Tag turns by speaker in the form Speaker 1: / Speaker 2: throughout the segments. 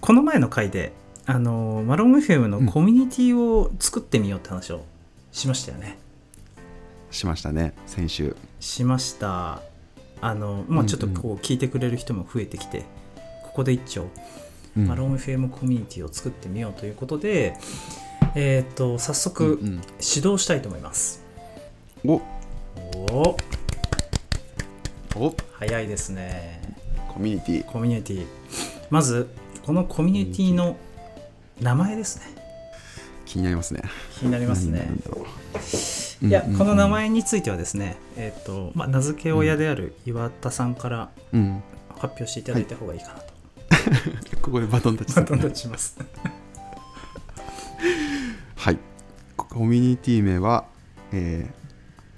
Speaker 1: この前の回であのマロン FM のコミュニティを作ってみようって話をしましたよね、
Speaker 2: しましたね先週
Speaker 1: しましたあのまあちょっとこう聞いてくれる人も増えてきて、ここで一丁
Speaker 2: うん
Speaker 1: マロン FM コミュニティを作ってみようということで、えっ、と早速
Speaker 2: うんうん
Speaker 1: 指導したいと思います、
Speaker 2: お
Speaker 1: おお
Speaker 2: お
Speaker 1: 早いですね
Speaker 2: コミュニティ
Speaker 1: コミュニティまずこのコミュニティの名前ですね
Speaker 2: 気になりますね
Speaker 1: 気になりますね、
Speaker 2: 何になるんだろう
Speaker 1: いや、
Speaker 2: うんうん
Speaker 1: この名前についてはですね、えっとまあ、名付け親である岩田さんから
Speaker 2: うん
Speaker 1: 発表していただいた方がいいかなと、
Speaker 2: ここでバトンタッチす
Speaker 1: バ
Speaker 2: る
Speaker 1: トンタッチします。
Speaker 2: はいコミュニティ名はえ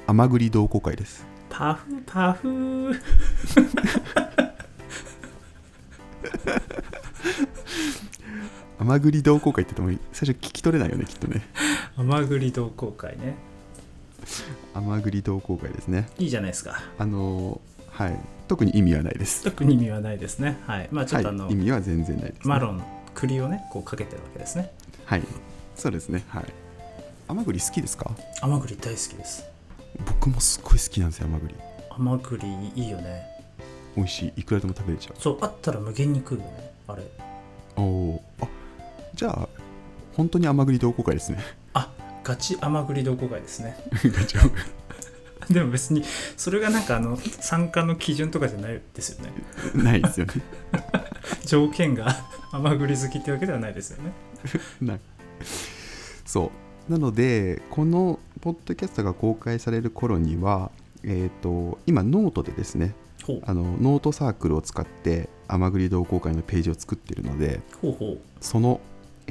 Speaker 2: ー、甘栗同好会です
Speaker 1: パフパフ
Speaker 2: 甘栗同好会って言っても最初聞き取れないよねきっとね
Speaker 1: 甘栗同好会ね。
Speaker 2: 甘栗同好会ですね
Speaker 1: いいじゃないですか。
Speaker 2: あのーはい特に意味はないです
Speaker 1: 特に意味はないですね。はい。まあちょっとあの、
Speaker 2: はい、意味は全然ないです、ね、
Speaker 1: マロン、栗をね、こうかけてるわけですね。
Speaker 2: はいそうですねはい甘栗好きですか
Speaker 1: 甘栗大好きです。
Speaker 2: 僕もすっごい好きなんですよ甘栗
Speaker 1: 甘栗いいよね。
Speaker 2: 美味しいいくらでも食べれちゃう
Speaker 1: そう、あったら無限に食うよね。あれ。
Speaker 2: おおあじゃあ本当に甘栗同好会ですね
Speaker 1: あガチ甘栗同好会ですね。
Speaker 2: ガチャ
Speaker 1: でも別に、それがなんかあの、参加の基準とかじゃないですよね。
Speaker 2: ないですよね
Speaker 1: 条件が 甘栗好きってわけではないですよね。
Speaker 2: ないそうなのでこのポッドキャストが公開される頃にはえっ、と今ノートでですね
Speaker 1: ほう
Speaker 2: あのノートサークルを使って甘栗同好会のページを作っているので
Speaker 1: ほうほう。
Speaker 2: その、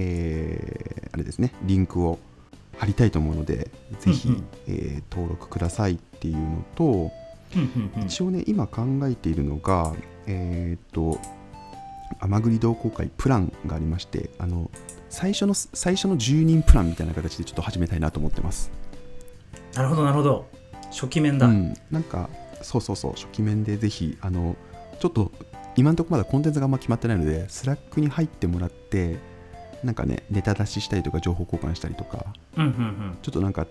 Speaker 2: えーあれですねリンクを貼りたいと思うのでぜひ、
Speaker 1: うんうん
Speaker 2: えー登録くださいっていうのと
Speaker 1: うんうんうん
Speaker 2: 一応ね今考えているのがえーっと甘栗同好会プランがありましてあの最初の最初の10人プランみたいな形でちょっと始めたいなと思ってます、
Speaker 1: なるほど、なるほど。初期面
Speaker 2: う
Speaker 1: だ。
Speaker 2: ん、なんかそうそうそう初期面でぜひあのちょっと今のところまだコンテンツがあんま決まってないのでスラックに入ってもらってなんかねネタ出ししたりとか情報交換したりとか
Speaker 1: うんうんうん。
Speaker 2: ちょっとなんか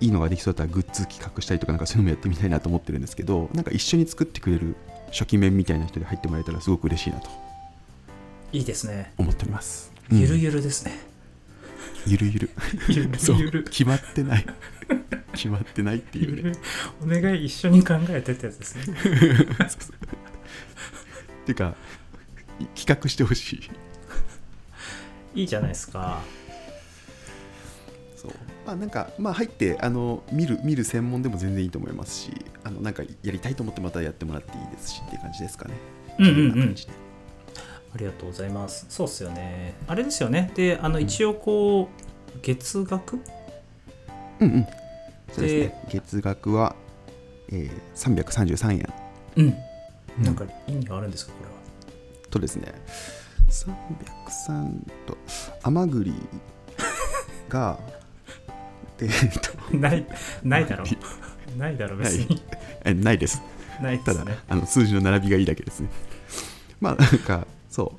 Speaker 2: いいのができそうだったらグッズ企画したりとかなんかそういうのもやってみたいなと思ってるんですけどなんか一緒に作ってくれる初期面みたいな人に入ってもらえたらすごく嬉しいなと
Speaker 1: いいですね。
Speaker 2: 思っております、
Speaker 1: ゆる
Speaker 2: ゆ
Speaker 1: ゆるです ね。
Speaker 2: ゆるゆる
Speaker 1: ゆる
Speaker 2: そう
Speaker 1: ゆる。
Speaker 2: 決まってない 決まってないっ ていうね
Speaker 1: ゆるお願い一緒に考えてってやつですね。
Speaker 2: っていうかい企画してほしい
Speaker 1: いいじゃないですか。
Speaker 2: そうまあなんかまあ入ってあの見る見る専門でも全然いいと思いますしあのなんかやりたいと思ってまたやってもらっていいですしっていう感じですかね
Speaker 1: うんうんうん
Speaker 2: そな感じで
Speaker 1: ありがとうございます。そうっすよね。あれですよね。で、あの、一応こう、月額
Speaker 2: うんうんそうですね月額は、えー、333円
Speaker 1: うん。
Speaker 2: うん
Speaker 1: なんか意味があるんですか、これは。
Speaker 2: とですね303と甘栗が えー と
Speaker 1: ない、ないだろう。 ないだろう、別に。
Speaker 2: えないです
Speaker 1: ないで
Speaker 2: た
Speaker 1: す
Speaker 2: だ、
Speaker 1: ね。
Speaker 2: あの数字の並びがいいだけですね まあなんかそ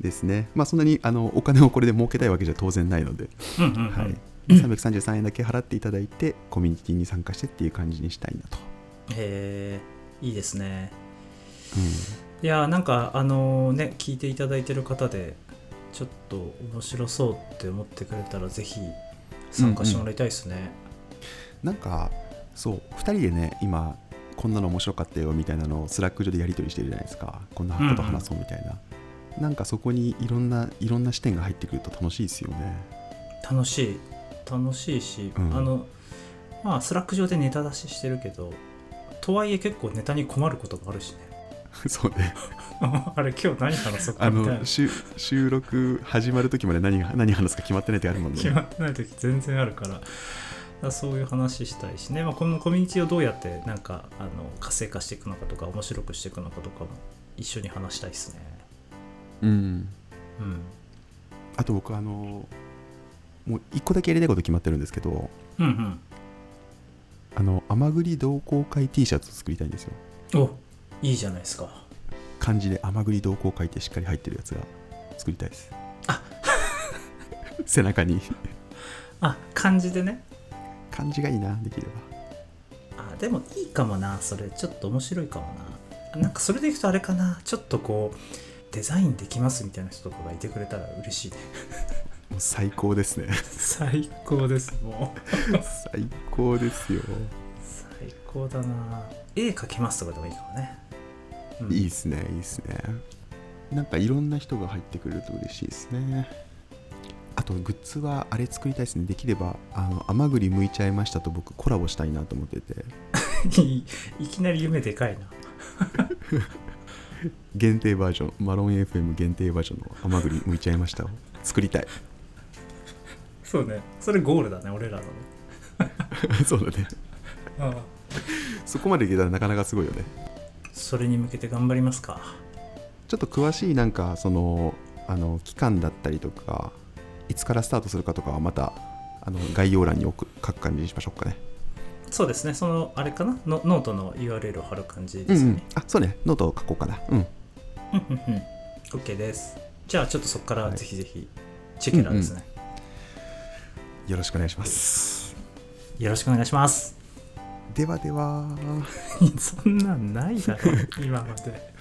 Speaker 2: うですねまあそんなにあのお金をこれで儲けたいわけじゃ当然ないので、
Speaker 1: うんうんうん。
Speaker 2: はい、333円だけ払っていただいてコミュニティに参加してっていう感じにしたいなと、
Speaker 1: へえいいですねいやーなんかあのね聞いていただいてる方でちょっと面白そうって思ってくれたらぜひ参加してもらいたいですね、
Speaker 2: なんかそう2人でね今こんなの面白かったよみたいなのをスラック上でやり取りしてるじゃないですかこんなこと話そうみたいな、なんかそこにいろんないろんな視点が入ってくると楽しいですよね
Speaker 1: 楽しい楽しいし、
Speaker 2: うん
Speaker 1: あのまあスラック上でネタ出ししてるけどとはいえ結構ネタに困ることがあるしね
Speaker 2: そうね
Speaker 1: あれ今日何話そうか
Speaker 2: あ
Speaker 1: みたいな
Speaker 2: の収収録始まる時まで何が何話すか決まってないってあるもんね
Speaker 1: 決まってない時全然あるからだからそういう話したいしね、まあ、このコミュニティをどうやってなんかあの活性化していくのかとか面白くしていくのかとかも一緒に話したいですね
Speaker 2: うん
Speaker 1: うん
Speaker 2: あと僕あのもう1個だけやりたいこと決まってるんですけど
Speaker 1: うん
Speaker 2: あの甘栗同好会 T シャツを作りたいんですよ
Speaker 1: うんおいいじゃないですか
Speaker 2: 漢字で甘栗同好会ってしっかり入ってるやつが作りたいです
Speaker 1: あ
Speaker 2: 背中に
Speaker 1: あ感じでね
Speaker 2: 感じがいいなできれば
Speaker 1: あでもいいかもなそれちょっと面白いかもななんかそれでいくとあれかなちょっとこうデザインできますみたいな人とかがいてくれたら嬉しいね
Speaker 2: もう最高ですね
Speaker 1: 最高ですもう
Speaker 2: 最高ですよ
Speaker 1: 最高だな絵描きますとかでもいいかもね、うん
Speaker 2: いいですねいいですねなんかいろんな人が入ってくれると嬉しいですねあとグッズはあれ作りたいですねできればあの甘栗剥いちゃいましたと僕コラボしたいなと思ってて
Speaker 1: い いきなり夢でかいな
Speaker 2: 限定バージョンマロン FM 限定バージョンの甘栗剥いちゃいましたを作りたい
Speaker 1: そうねそれゴールだね俺らのね
Speaker 2: そうだね
Speaker 1: ああ
Speaker 2: そこまでいけたらなかなかすごいよね
Speaker 1: それに向けて頑張りますか
Speaker 2: ちょっと詳しいなんかそのあの期間だったりとかいつからスタートするかとかはまたあの概要欄に置く書く感じにしましょうかね
Speaker 1: そうですねそのあれかなのノートの URL を貼る感じ
Speaker 2: う
Speaker 1: で
Speaker 2: んう
Speaker 1: すよ
Speaker 2: ん
Speaker 1: ね
Speaker 2: あそうねノートを書こうかなうん
Speaker 1: うんうんうん OK ですじゃあちょっとそこからぜひぜひチェケラですね、
Speaker 2: よろしくお願いします
Speaker 1: よろしくお願いします
Speaker 2: ではでは
Speaker 1: そんなんないだろ今まで